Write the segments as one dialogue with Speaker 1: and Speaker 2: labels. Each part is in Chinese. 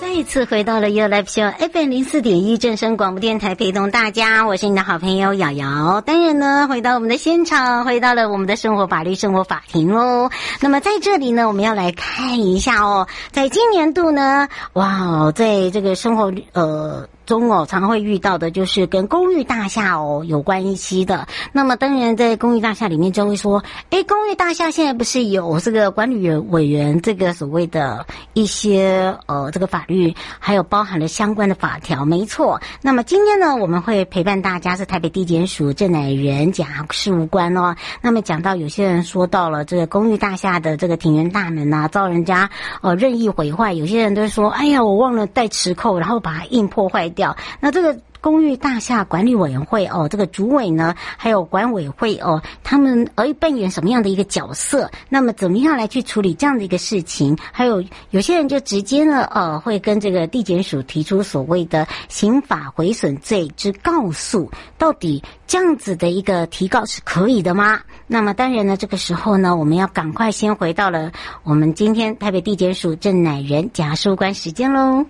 Speaker 1: 再一次回到了 You Live Show FM 零四点一正声广播电台，陪同大家，我是你的好朋友瑶瑶。当然呢，回到我们的现场，回到了我们的生活法律生活法庭喽。那么在这里呢，我们要来看一下哦，在今年度呢，哇哦，在这个生活律呃。中哦，常会遇到的就是跟公寓大厦哦有关系的。那么当然，在公寓大厦里面就会说，诶，公寓大厦现在不是有这个管理员委员这个所谓的一些呃这个法律，还有包含了相关的法条，没错。那么今天呢，我们会陪伴大家是台北地检署郑乃仁检察事务官哦。那么讲到有些人说到了这个公寓大厦的这个庭园大门啊，遭人家呃任意毁坏，有些人都会说，哎呀，我忘了带磁扣，然后把它硬破坏掉。那这个。公寓大厦管理委员会哦，这个主委呢，还有管委会哦，他们而扮演什么样的一个角色？那么怎么样来去处理这样的一个事情？还有有些人就直接呢，呃，会跟这个地检署提出所谓的刑法毁损罪之告诉，到底这样子的一个提告是可以的吗？那么当然呢，这个时候呢，我们要赶快先回到了我们今天台北地检署郑乃仁检察事务官时间喽。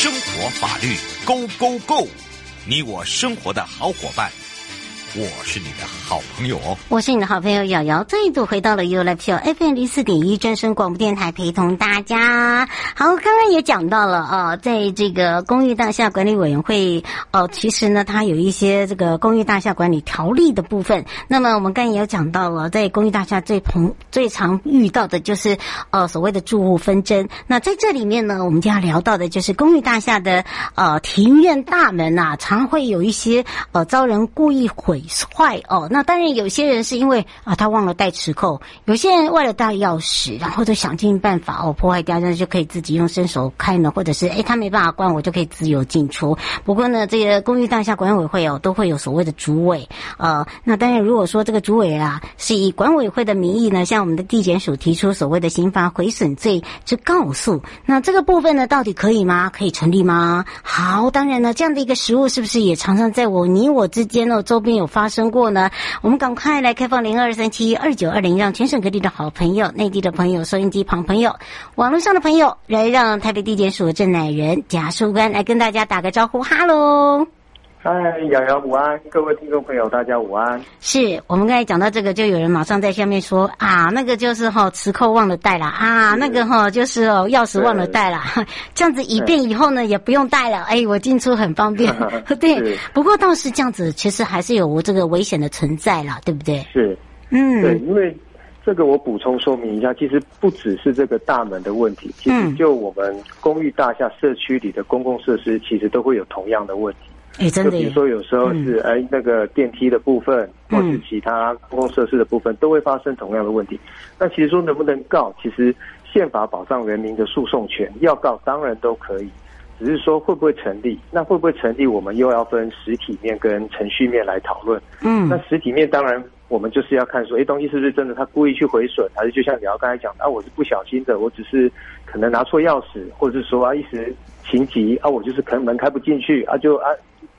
Speaker 2: 生活法律 Go Go Go，你我生活的好伙伴，我是你的好朋友哦。
Speaker 1: 我是你的好朋友瑶瑶，再度回到了 You Live Show FM 零四点一真声广播电台，陪同大家。好，刚刚也讲到了呃，在这个公寓大厦管理委员会，呃，其实呢，它有一些这个公寓大厦管理条例的部分。那么我们刚才也有讲到了，在公寓大厦最同最常遇到的就是呃所谓的住户纷争。那在这里面呢，我们就要聊到的就是公寓大厦的呃庭院大门啊，常会有一些呃遭人故意毁坏哦。那当然有些人是因为啊他忘了带磁扣，有些人为了带钥匙，然后就想尽办法哦破坏掉，那就可以自己用伸手开门，或者是诶他没办法关，我就可以自由进出。不过呢，这个公寓大厦管委会哦都会有所谓的主委呃，那当然如果说这个主委啊是以管委会的名义呢，向我们的地检署提出所谓的刑罚毁损罪之告诉，那这个部分呢到底可以吗？可以成立吗？好，当然呢，这样的一个实务是不是也常常在我你我之间哦周边有发生过呢？我们赶快来开放零二三七二九二零，让全省各地的好朋友、内地的朋友、收音机旁朋友、网络上的朋友，来让台北地检署郑乃仁检察事务官来跟大家打个招呼，哈喽。
Speaker 3: 嗨，瑶瑶午安，各位听众朋友，大家午安。。
Speaker 1: 是我们刚才讲到这个，就有人马上在下面说啊，那个就是哈、磁扣忘了带了啊，那个哈、就是哦钥匙忘了带了， 这样子以便以后呢也不用带了，哎，我进出很方便 对
Speaker 3: 是，
Speaker 1: 不过倒是这样子，其实还是有这个危险的存在啦，对不对？
Speaker 3: 是，对，
Speaker 1: 嗯，
Speaker 3: 因为这个我补充说明一下，其实不只是这个大门的问题，其实
Speaker 1: 嗯
Speaker 3: 就我们公寓大厦社区里的公共设施，其实都会有同样的问题。
Speaker 1: 哎，真
Speaker 3: 就
Speaker 1: 的
Speaker 3: 比
Speaker 1: 耶嗯
Speaker 3: 如，说有时候是哎、那个电梯的部分，或是其他公共设施的部分，都会发生同样的问题。那其实说能不能告，其实宪法保障人民的诉讼权，要告当然都可以，只是说会不会成立，那会不会成立，我们又要分实体面跟程序面来讨论。
Speaker 1: 嗯
Speaker 3: 那实体面当然，我们就是要看说，哎，东西是不是真的他故意去毁损，还是就像你要刚才讲的，啊，我是不小心的，我只是可能拿错钥匙，或者是说啊一时情急啊，我就是可能门开不进去啊，就啊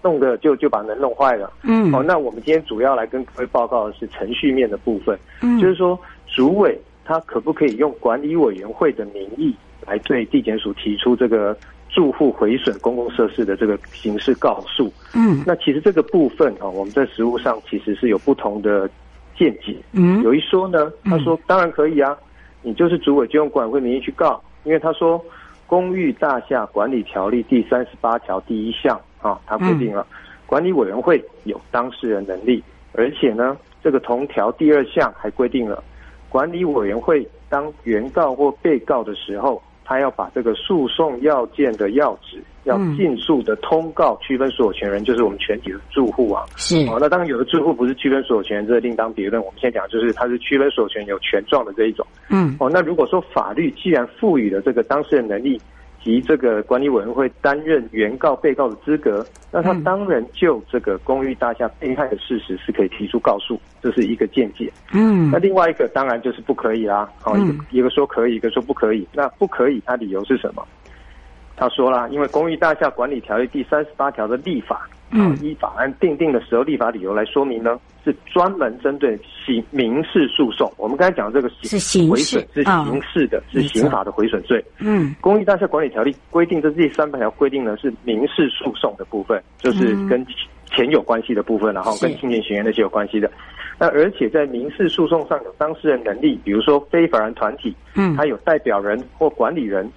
Speaker 3: 弄得就就把人弄坏了。
Speaker 1: 嗯
Speaker 3: 哦，那我们今天主要来跟各位报告的是程序面的部分，
Speaker 1: 嗯
Speaker 3: 就是说主委他可不可以用管理委员会的名义来对地检署提出这个住户毁损公共设施的这个刑事告诉？
Speaker 1: 嗯
Speaker 3: 那其实这个部分啊，我们在实务上其实是有不同的见解。
Speaker 1: 嗯
Speaker 3: 有一说呢，他说当然可以啊，你就是主委就用管委会名义去告，因为他说《公寓大厦管理条例》第三十八条第一项啊，他规定
Speaker 1: 嗯
Speaker 3: 了、管理委员会有当事人能力，而且呢，这个同条第二项还规定了管理委员会当原告或被告的时候，他要把这个诉讼要件的要旨要
Speaker 1: 嗯
Speaker 3: 尽速的通告区分所有权人，就是我们全体的住户啊。
Speaker 1: 是
Speaker 3: 哦，那当然有的住户不是区分所有权，这另当别论。我们现在讲就是它是区分所有权有权状的这一种。
Speaker 1: 嗯
Speaker 3: 哦，那如果说法律既然赋予了这个当事人能力及这个管理委员会担任原告、被告的资格，那他
Speaker 1: 嗯
Speaker 3: 当然就这个公寓大厦被害的事实是可以提出告诉，这是一个见解。
Speaker 1: 嗯
Speaker 3: 那另外一个当然就是不可以啦，哦，一个
Speaker 1: 嗯
Speaker 3: 一个说可以，一个说不可以。那不可以，他理由是什么？他说啦，因为《公寓大厦管理条例》第三十八条的立法，
Speaker 1: 嗯
Speaker 3: 啊依法案定定的时候立法理由来说明呢，是专门针对刑民事诉讼。我们刚才讲这个
Speaker 1: 是刑事
Speaker 3: 毁损是
Speaker 1: 啊
Speaker 3: 刑事的，是
Speaker 1: 没错
Speaker 3: 刑法的毁损罪。
Speaker 1: 嗯
Speaker 3: 公益大厦管理条例规定，这第三百条规定呢是民事诉讼的部分，就是
Speaker 1: 嗯
Speaker 3: 跟钱有关系的部分，然后
Speaker 1: 是
Speaker 3: 跟侵权学员那些有关系的。那而且在民事诉讼上有当事人能力，比如说非法人团体，
Speaker 1: 嗯
Speaker 3: 他有代表人或管理人，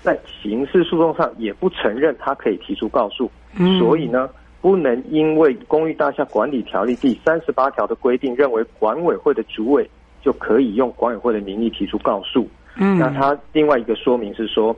Speaker 3: 在刑事诉讼上也不承认他可以提出告诉，
Speaker 1: 嗯
Speaker 3: 所以呢。不能因为《公寓大厦管理条例》第三十八条的规定，认为管委会的主委就可以用管委会的名义提出告诉。
Speaker 1: 嗯，
Speaker 3: 那它另外一个说明是说，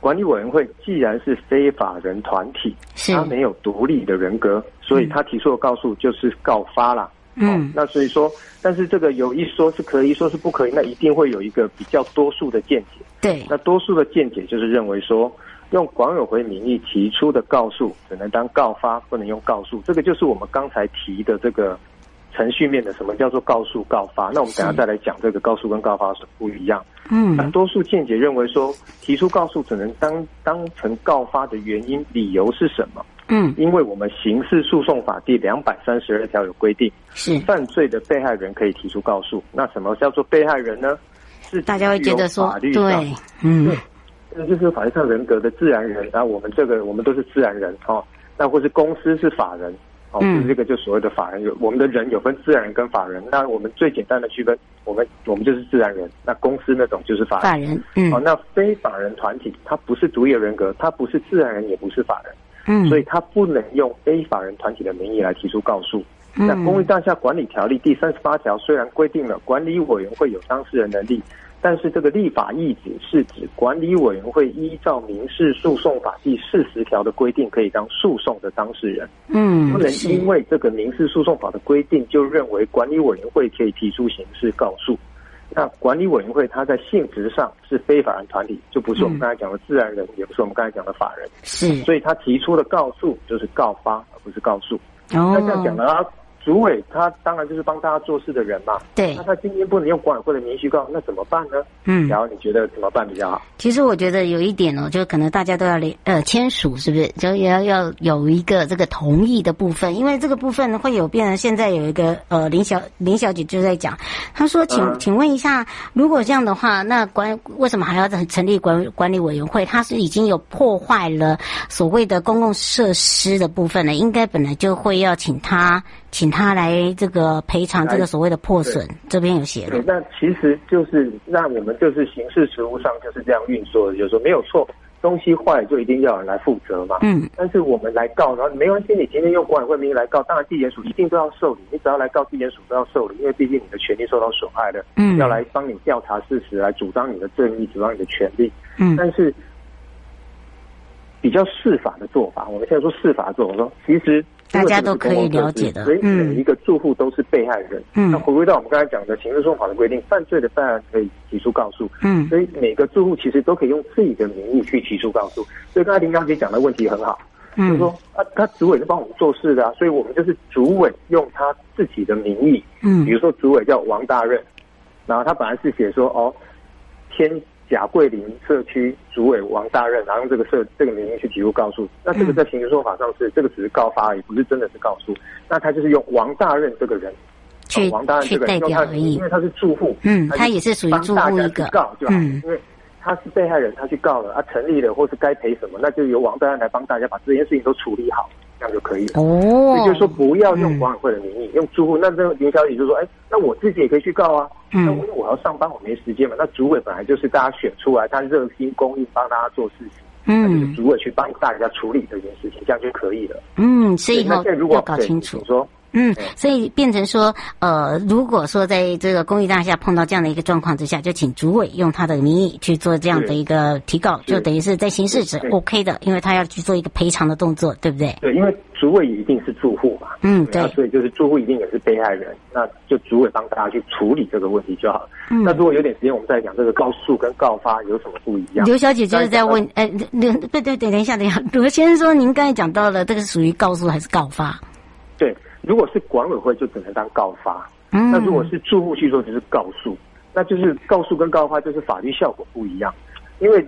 Speaker 3: 管理委员会既然是非法人团体，
Speaker 1: 是
Speaker 3: 它没有独立的人格，所以他提出的告诉就是告发啦。哦
Speaker 1: 嗯
Speaker 3: 那所以说，但是这个有一说是可以，一说是不可以，那一定会有一个比较多数的见解。
Speaker 1: 对
Speaker 3: 那多数的见解就是认为说，用管委会名义提出的告诉只能当告发，不能用告诉。这个就是我们刚才提的这个程序面的什么叫做告诉告发。那我们等一下
Speaker 1: 是
Speaker 3: 再来讲这个告诉跟告发是不一样。那
Speaker 1: 嗯
Speaker 3: 多数见解认为说，提出告诉只能当当成告发的原因理由是什么？
Speaker 1: 嗯
Speaker 3: 因为我们刑事诉讼法第两百三十二条有规定，
Speaker 1: 是，
Speaker 3: 犯罪的被害人可以提出告诉。那什么叫做被害人呢？是
Speaker 1: 大家会觉得
Speaker 3: 具有
Speaker 1: 说
Speaker 3: 法律上
Speaker 1: 对，嗯
Speaker 3: 这就是有法律上人格的自然人，那我们这个我们都是自然人哦，那或是公司是法人哦，
Speaker 1: 嗯
Speaker 3: 就是这个就所谓的法人，有我们的人有分自然人跟法人，那我们最简单的区分，我们我们就是自然人，那公司那种就是法人
Speaker 1: 法。人嗯
Speaker 3: 哦，那非法人团体，它不是独立的人格，它不是自然人，也不是法人，
Speaker 1: 嗯，
Speaker 3: 所以它不能用非法人团体的名义来提出告诉。
Speaker 1: 嗯
Speaker 3: 那《公寓大厦管理条例》第三十八条虽然规定了管理委员会有当事人能力，但是这个立法意旨是指管理委员会依照民事诉讼法第四十条的规定，可以当诉讼的当事人，
Speaker 1: 嗯
Speaker 3: 不能
Speaker 1: 是
Speaker 3: 因为这个民事诉讼法的规定就认为管理委员会可以提出刑事告诉。那管理委员会它在性质上是非法人团体，就不是我
Speaker 1: 嗯
Speaker 3: 们刚才讲的自然人，也不是我们刚才讲的法人，
Speaker 1: 是
Speaker 3: 所以他提出的告诉就是告发，而不是告诉。那这样讲
Speaker 1: 哦
Speaker 3: 了啊，主委他当然就是帮大家做事的人嘛。
Speaker 1: 对
Speaker 3: 那他今天不能用管委会的名义去告，那怎么办呢？
Speaker 1: 嗯。
Speaker 3: 然后你觉得怎么办比较好？
Speaker 1: 其实我觉得有一点哦，就可能大家都要联呃签署，是不是？就也要要有一个这个同意的部分，因为这个部分会有变成现在有一个呃林小林小姐就在讲，她说请、
Speaker 3: 嗯
Speaker 1: 请问一下，如果这样的话，那管为什么还要成立管管理委员会？它是已经有破坏了所谓的公共设施的部分了，应该本来就会要请他请他来这个赔偿这个所谓的破损，这边有写了
Speaker 3: 对，，那其实就是那我们就是刑事实务上就是这样运作的，就是说没有错，东西坏了就一定要有人来负责嘛。
Speaker 1: 嗯
Speaker 3: 但是我们来告，然后没关系，你今天用管委会名义来告，当然地检署一定都要受理，你只要来告地检署都要受理，因为毕竟你的权利受到损害了，
Speaker 1: 嗯
Speaker 3: 要来帮你调查事实，来主张你的正义，主张你的权利。
Speaker 1: 嗯
Speaker 3: 但是比较适法的做法，我们现在说适法做法，我说其实
Speaker 1: 大家都可以了解的
Speaker 3: 所以
Speaker 1: 嗯
Speaker 3: 每一个住户都是被害人。
Speaker 1: 嗯
Speaker 3: 那回归到我们刚才讲的刑事诉讼法的规定，犯罪的犯人可以提出告诉，
Speaker 1: 嗯
Speaker 3: 所以每个住户其实都可以用自己的名义去提出告诉。所以刚才林小姐讲的问题很好，就是
Speaker 1: 嗯
Speaker 3: 说啊，他主委是帮我们做事的啊，所以我们就是主委用他自己的名义，比
Speaker 1: 嗯
Speaker 3: 如说主委叫王大任，然后他本来是写说哦，天贾桂林社区主委王大任，然后这个社这个名义去提出告诉。那
Speaker 1: 嗯
Speaker 3: 这个在刑事说法上是这个只是告发，也不是真的是告诉。那他就是用王大任这个人，
Speaker 1: 去
Speaker 3: 哦王大任这个人，
Speaker 1: 去代
Speaker 3: 因为
Speaker 1: 表
Speaker 3: 他
Speaker 1: 而已
Speaker 3: 因为他是住户，
Speaker 1: 嗯
Speaker 3: 就
Speaker 1: 他也是属于
Speaker 3: 帮
Speaker 1: 住
Speaker 3: 大
Speaker 1: 户
Speaker 3: 家
Speaker 1: 一
Speaker 3: 去
Speaker 1: 个
Speaker 3: 告就好，
Speaker 1: 嗯
Speaker 3: 因为他是被害人，他去告了，他成立了，或是该赔什么，那就由王大任来帮大家把这件事情都处理好，这样就可以了。
Speaker 1: 哦，
Speaker 3: 也就是说，不要用
Speaker 1: 嗯
Speaker 3: 管委会的名义，用住户。那这林小姐就说：“哎，那我自己也可以去告啊。
Speaker 1: 嗯
Speaker 3: 那因为我要上班，我没时间嘛。那主委本来就是大家选出来，他热心公益，帮大家做事情。那就是
Speaker 1: 嗯
Speaker 3: 主委去帮大家处理这件事情，这样就可以了。
Speaker 1: 嗯，所以以
Speaker 3: 那
Speaker 1: 后
Speaker 3: 现在如
Speaker 1: 要
Speaker 3: 果
Speaker 1: 搞
Speaker 3: 对
Speaker 1: 清楚
Speaker 3: 你。说
Speaker 1: 嗯
Speaker 3: 对，
Speaker 1: 所以变成说，呃，如果说在这个公寓大厦碰到这样的一个状况之下，就请主委用他的名义去做这样的一个提告，
Speaker 3: 是
Speaker 1: 就等于是在刑事是
Speaker 3: 对
Speaker 1: OK 的，因为他要去做一个赔偿的动作，对不对？
Speaker 3: 对，因为主委一定是住户嘛，
Speaker 1: 嗯，
Speaker 3: 那
Speaker 1: 对，
Speaker 3: 所以就是住户一定也是被害人，那就主委帮大家去处理这个问题就好了。
Speaker 1: 嗯
Speaker 3: 那如果有点时间，我们再讲这个告诉跟告发有什么不一样。
Speaker 1: 刘小姐就是在问，呃，刘对对对，等一下等一下，罗先生说您刚才讲到了，这个属于告诉还是告发？
Speaker 3: 对，如果是管委会，就只能当告发。
Speaker 1: 嗯，
Speaker 3: 那如果是住户去做，就是告诉，那就是告诉跟告发就是法律效果不一样，因为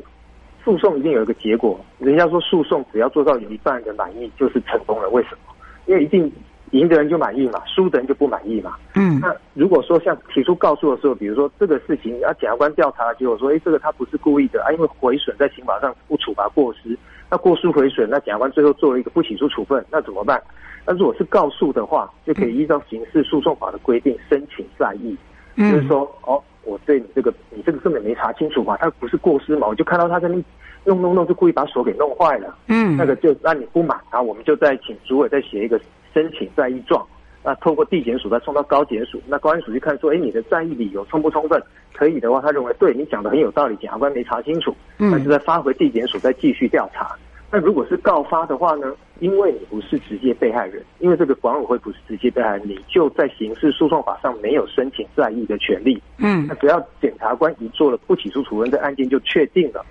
Speaker 3: 诉讼一定有一个结果，人家说诉讼只要做到有一半人满意就是成功了，为什么？因为一定赢的人就满意嘛，输的人就不满意嘛。
Speaker 1: 嗯
Speaker 3: 那如果说像提出告诉的时候，比如说这个事情，啊，检察官调查结果说，哎，这个他不是故意的啊，因为毁损在刑法上不处罚过失，那过失毁损，那检察官最后做了一个不起诉处分，那怎么办？那如果是告诉的话，就可以依照刑事诉讼法的规定申请再议，就是
Speaker 1: 嗯
Speaker 3: 说，哦，我对你这个，你这个根本没查清楚啊嘛，他不是过失嘛，我就看到他在那弄弄弄，就故意把手给弄坏了。
Speaker 1: 嗯，
Speaker 3: 那个就那你不满啊，我们就再请主委再写一个申请再议状，那透过地检署再送到高检署，那高检署去看说，哎，你的再议理由充不充分？可以的话，他认为对你讲的很有道理，检察官没查清楚，
Speaker 1: 嗯
Speaker 3: 那就再发回地检署再继续调查。那如果是告发的话呢？因为你不是直接被害人，因为这个管委会不是直接被害人，你就在刑事诉讼法上没有申请再议的权利。
Speaker 1: 嗯
Speaker 3: 那只要检察官已做了不起诉处分，这案件就确定了，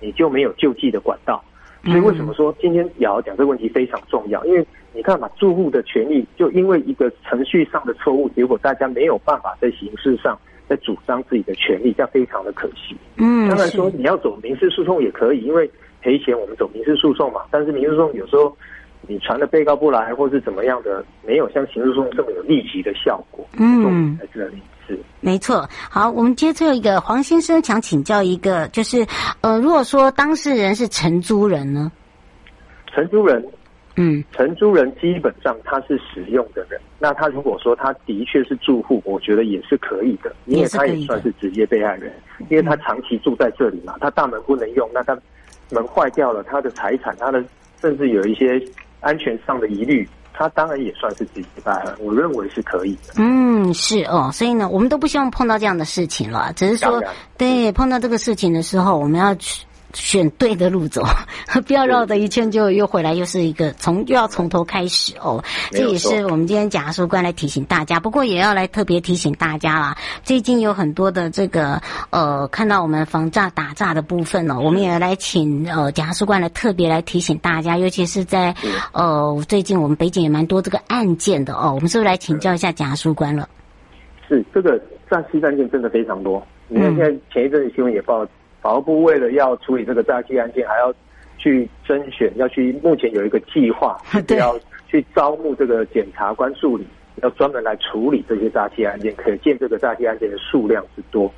Speaker 3: 你就没有救济的管道。
Speaker 1: 嗯
Speaker 3: 所以为什么说今天瑶瑶讲这个问题非常重要？因为你看嘛，住户的权利就因为一个程序上的错误，结果大家没有办法在刑事上在主张自己的权利，这样非常的可惜。
Speaker 1: 嗯，
Speaker 3: 当然
Speaker 1: 是
Speaker 3: 说你要走民事诉讼也可以，因为赔钱我们走民事诉讼嘛。但是民事诉讼有时候你传的被告不来，或是怎么样的，没有像刑事诉讼这么有立即的效果。
Speaker 1: 嗯
Speaker 3: 重点在这里是。
Speaker 1: 没错，好，我们接最后一个黄先生想请教一个，就是呃，如果说当事人是承租人呢，
Speaker 3: 承租人，
Speaker 1: 嗯
Speaker 3: 承租人基本上他是使用的人，那他如果说他的确是住户，我觉得也是可以的，因
Speaker 1: 也
Speaker 3: 为
Speaker 1: 是
Speaker 3: 他
Speaker 1: 可以的
Speaker 3: 也算是直接被害人，因为他长期住在这里嘛，他大门不能用，那他门坏掉了，他的财产，他的甚至有一些安全上的疑虑，他当然也算是直接被害人，我认为是可以的。
Speaker 1: 嗯是哦，所以呢，我们都不希望碰到这样的事情了，啊只是说
Speaker 3: 当然嗯
Speaker 1: 对碰到这个事情的时候，我们要去选对的路走， 不要绕着一圈就又回来，又是一个从又要从头开始哦。
Speaker 3: 没
Speaker 1: 这
Speaker 3: 有
Speaker 1: 也
Speaker 3: 错
Speaker 1: 是我们今天贾书官来提醒大家，不过也要来特别提醒大家啦。最近有很多的这个呃，看到我们防诈打诈的部分
Speaker 3: 嗯
Speaker 1: 哦，我们也来请呃贾书官来特别来提醒大家，尤其是在
Speaker 3: 嗯
Speaker 1: 呃最近我们北检也蛮多这个案件的哦，我们是不是来请教一下贾书官了？
Speaker 3: 是这个诈欺案件真的非常多。你看
Speaker 1: 嗯，
Speaker 3: 现在前一阵子新闻也报，法务部为了要处理这个诈欺案件，还要去甄选，要去目前有一个计划就是要去招募这个检察官助理，要专门来处理这些诈欺案件。可见这个诈欺案件的数量之多。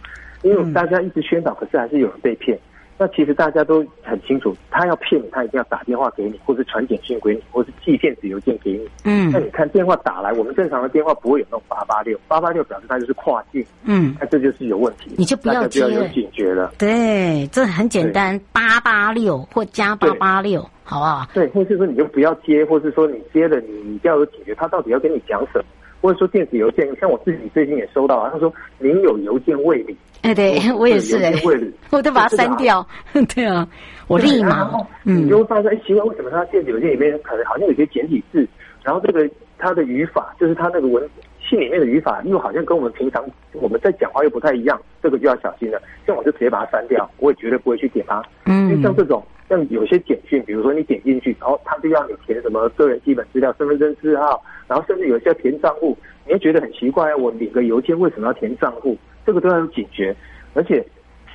Speaker 3: 因为大家一直宣导，可是还是有人被骗。那其实大家都很清楚，他要骗你，他一定要打电话给你，或是传简讯给你，或是寄电子邮件给你。
Speaker 1: 嗯
Speaker 3: 那你看电话打来，我们正常的电话不会有那种八八六，八八六表示它就是跨境，
Speaker 1: 嗯，
Speaker 3: 那这就是有问题，
Speaker 1: 你就不要
Speaker 3: 大家
Speaker 1: 接
Speaker 3: 就要有警觉了。
Speaker 1: 对，这很简单，八八六或加八
Speaker 3: 对
Speaker 1: 八六，好不好？
Speaker 3: 对，或是说你就不要接，或是说你接了你你就要有警觉，他到底要跟你讲什么？或者说电子邮件，像我自己最近也收到啊，他说您有邮件未领，
Speaker 1: 哎，对我也是
Speaker 3: 有
Speaker 1: 哎
Speaker 3: 邮，件未领，
Speaker 1: 我都把它删掉。 对啊，我立
Speaker 3: 对然
Speaker 1: 马
Speaker 3: 后
Speaker 1: 嗯
Speaker 3: 你就会发现，哎，奇怪，为什么他电子邮件里面可能好像有些简体字，然后这个他的语法，就是他那个文信里面的语法，又好像跟我们平常我们在讲话又不太一样，这个就要小心了。像我就直接把它删掉，我也绝对不会去点它，因为
Speaker 1: 嗯
Speaker 3: 像这种。像有些简讯，比如说你点进去，然后他就要你填什么个人基本资料、身份证字号，然后甚至有些要填账户，你会觉得很奇怪，我领个邮件为什么要填账户？这个都要有警觉，而且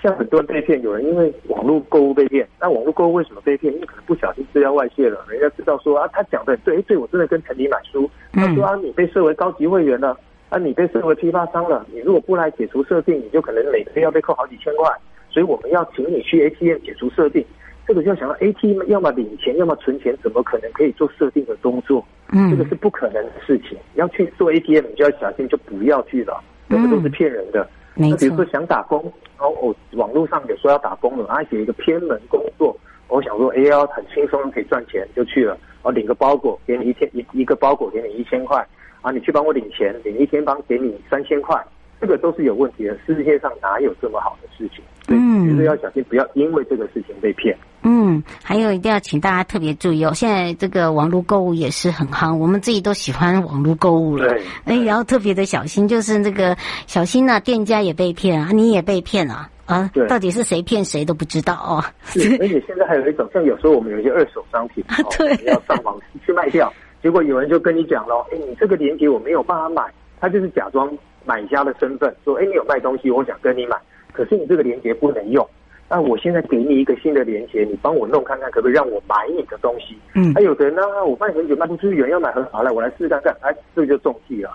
Speaker 3: 像很多人被骗，有人因为网络购物被骗。那网络购物为什么被骗？因为可能不小心资料外泄了，人家知道说啊，他讲的很对，哎，对我真的跟陈迪买书，他说啊，你被设为高级会员了，啊，你被设为批发商了，你如果不来解除设定，你就可能每个月要被扣好几千块。所以我们要请你去 ATM 解除设定，这个就要想到 ATM 要么领钱，要么存钱，怎么可能可以做设定的动作？
Speaker 1: 嗯
Speaker 3: 这个是不可能的事情。要去做 ATM，你就要小心，就不要去了，这个都是骗人的。
Speaker 1: 嗯没
Speaker 3: 那比如
Speaker 1: 错
Speaker 3: 说，想打工，然后我网络上有说要打工了，他写一个偏门工作，我想说 A L 很轻松可以赚钱，就去了，然后领个包裹，给你一天一一个包裹给你一千块，啊，你去帮我领钱，领一天帮给你三千块，这个都是有问题的，世界上哪有这么好的事情？对，
Speaker 1: 嗯
Speaker 3: 就是要小心，不要因为这个事情被骗。
Speaker 1: 嗯，还有一定要请大家特别注意哦，现在这个网络购物也是很夯，我们自己都喜欢网络购物了
Speaker 3: 对，
Speaker 1: 那也要特别的小心，就是那个小心呐、店家也被骗啊，你也被骗啊。啊
Speaker 3: 对，
Speaker 1: 到底是谁骗谁都不知道哦。
Speaker 3: 是，而且现在还有一种，像有时候我们有一些二手商品，哦、
Speaker 1: 啊对
Speaker 3: 我们要上网去卖掉，结果有人就跟你讲了，哎，你这个链接我没有办法买，他就是假装买家的身份，说，哎，你有卖东西，我想跟你买，可是你这个链接不能用，那我现在给你一个新的链接，你帮我弄看看，可不可以让我买你的东西？
Speaker 1: 嗯
Speaker 3: 还、有的人呢，啊我卖很久卖不出去，有人要买很好，来我来试试看看，哎，这个就中计了。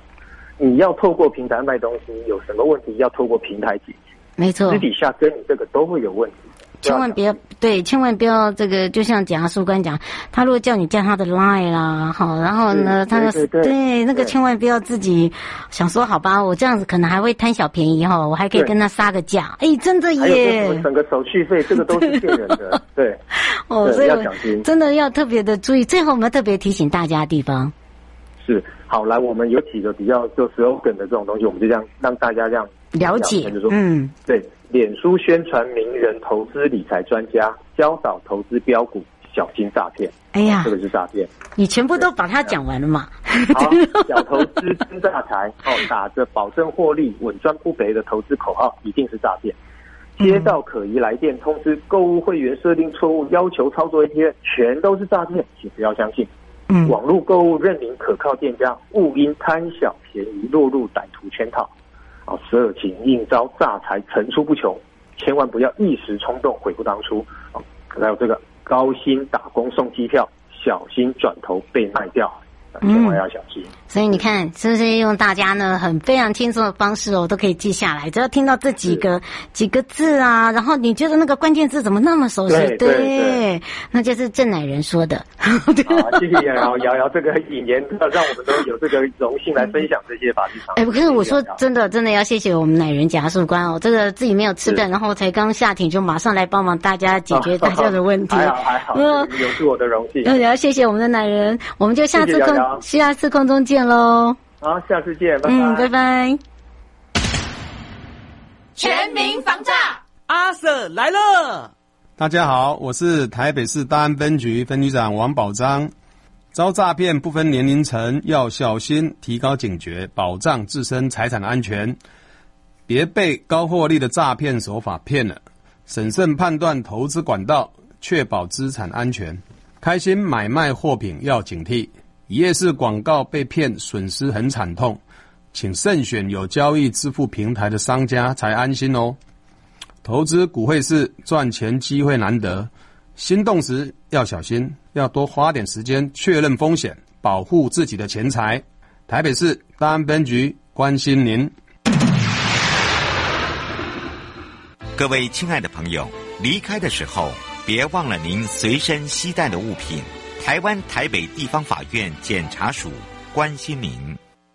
Speaker 3: 你要透过平台卖东西，有什么问题要透过平台解决，
Speaker 1: 没错
Speaker 3: 私，底下跟你这个都会有问题。
Speaker 1: 嗯千万别对，千万不要这个，就像贾树刚讲，他如果叫你加他的 line 啦，好，然后呢，
Speaker 3: 嗯
Speaker 1: 他的
Speaker 3: 对对对
Speaker 1: 那个
Speaker 3: 对
Speaker 1: 千万不要自己想说好吧，我这样子可能还会贪小便宜哈，我还可以
Speaker 3: 对
Speaker 1: 跟他杀个价，哎，真的
Speaker 3: 还有就是
Speaker 1: 耶
Speaker 3: 什么，整个手续费，这个都是骗人 的。对，
Speaker 1: 哦，
Speaker 3: 对
Speaker 1: 所以
Speaker 3: 要
Speaker 1: 我
Speaker 3: 小心
Speaker 1: 真的要特别的注意。最后，我们要特别提醒大家的地方，
Speaker 3: 是好来，我们有几个比较就 slogan 的这种东西，我们就这样让大家这样
Speaker 1: 了解
Speaker 3: 就，是说，
Speaker 1: 嗯，
Speaker 3: 对，脸书宣传名人投资理财专家教导投资标股，小心诈骗。哦
Speaker 1: 哎呀
Speaker 3: 这，个是诈 骗。
Speaker 1: 你全部都把它讲完了嘛？
Speaker 3: 好，小投资真大财哦，打着保证获利、稳赚不赔的投资口号，一定是诈骗。
Speaker 1: 嗯
Speaker 3: 接到可疑来电通知，购物会员设定错误，要求操作 ATM，全都是诈骗，请不要相信。
Speaker 1: 嗯，
Speaker 3: 网络购物认领可靠店家，勿因贪小便宜落入歹徒圈套。啊，十二请应招诈财层出不穷，千万不要一时冲动悔不当初。啊，还有这个高薪打工送机票，小心转头被卖掉，啊
Speaker 1: 嗯
Speaker 3: 千万要小 心。
Speaker 1: 所以你看，是不是用大家呢很非常轻松的方式哦，都可以记下来？只要听到这几个几个字啊，然后你觉得那个关键字怎么那么熟悉？
Speaker 3: 对对对
Speaker 1: 那就是郑乃仁说的。
Speaker 3: 好、谢谢瑶瑶，瑶瑶这个引言，真的让我们都有这个荣幸来分享这些法律常识。
Speaker 1: 哎，不是，我说
Speaker 3: 谢啊谢瑶瑶
Speaker 1: 真的，真的要谢谢我们奶人夹树官哦，这个自己没有吃的，然后才刚下艇就马上来帮忙大家解决大家的问题。
Speaker 3: 还 好还好，
Speaker 1: 嗯
Speaker 3: 有是我的荣幸。
Speaker 1: 那也要谢谢我们的奶人，我们就下次
Speaker 3: 谢谢
Speaker 1: 空
Speaker 3: 瑶瑶
Speaker 1: 下次空中见喽。
Speaker 3: 好，下次见，拜拜。
Speaker 1: 嗯，拜拜。
Speaker 4: 全民防诈。
Speaker 2: 阿 Sir 来了。
Speaker 5: 大家好，我是台北市大安分局分局长王宝章。遭诈骗不分年龄层，要小心，提高警觉，保障自身财产安全，别被高获利的诈骗手法骗了。审慎判断投资管道，确保资产安全。开心买卖货品要警惕，一夜式广告被骗，损失很惨痛，请慎选有交易支付平台的商家才安心哦。投资股汇市赚钱机会难得，心动时要小心，要多花点时间确认风险，保护自己的钱财。台北市大安分局关心您。
Speaker 2: 各位亲爱的朋友，离开的时候别忘了您随身携带的物品。台湾台北地方法院检察署关心您。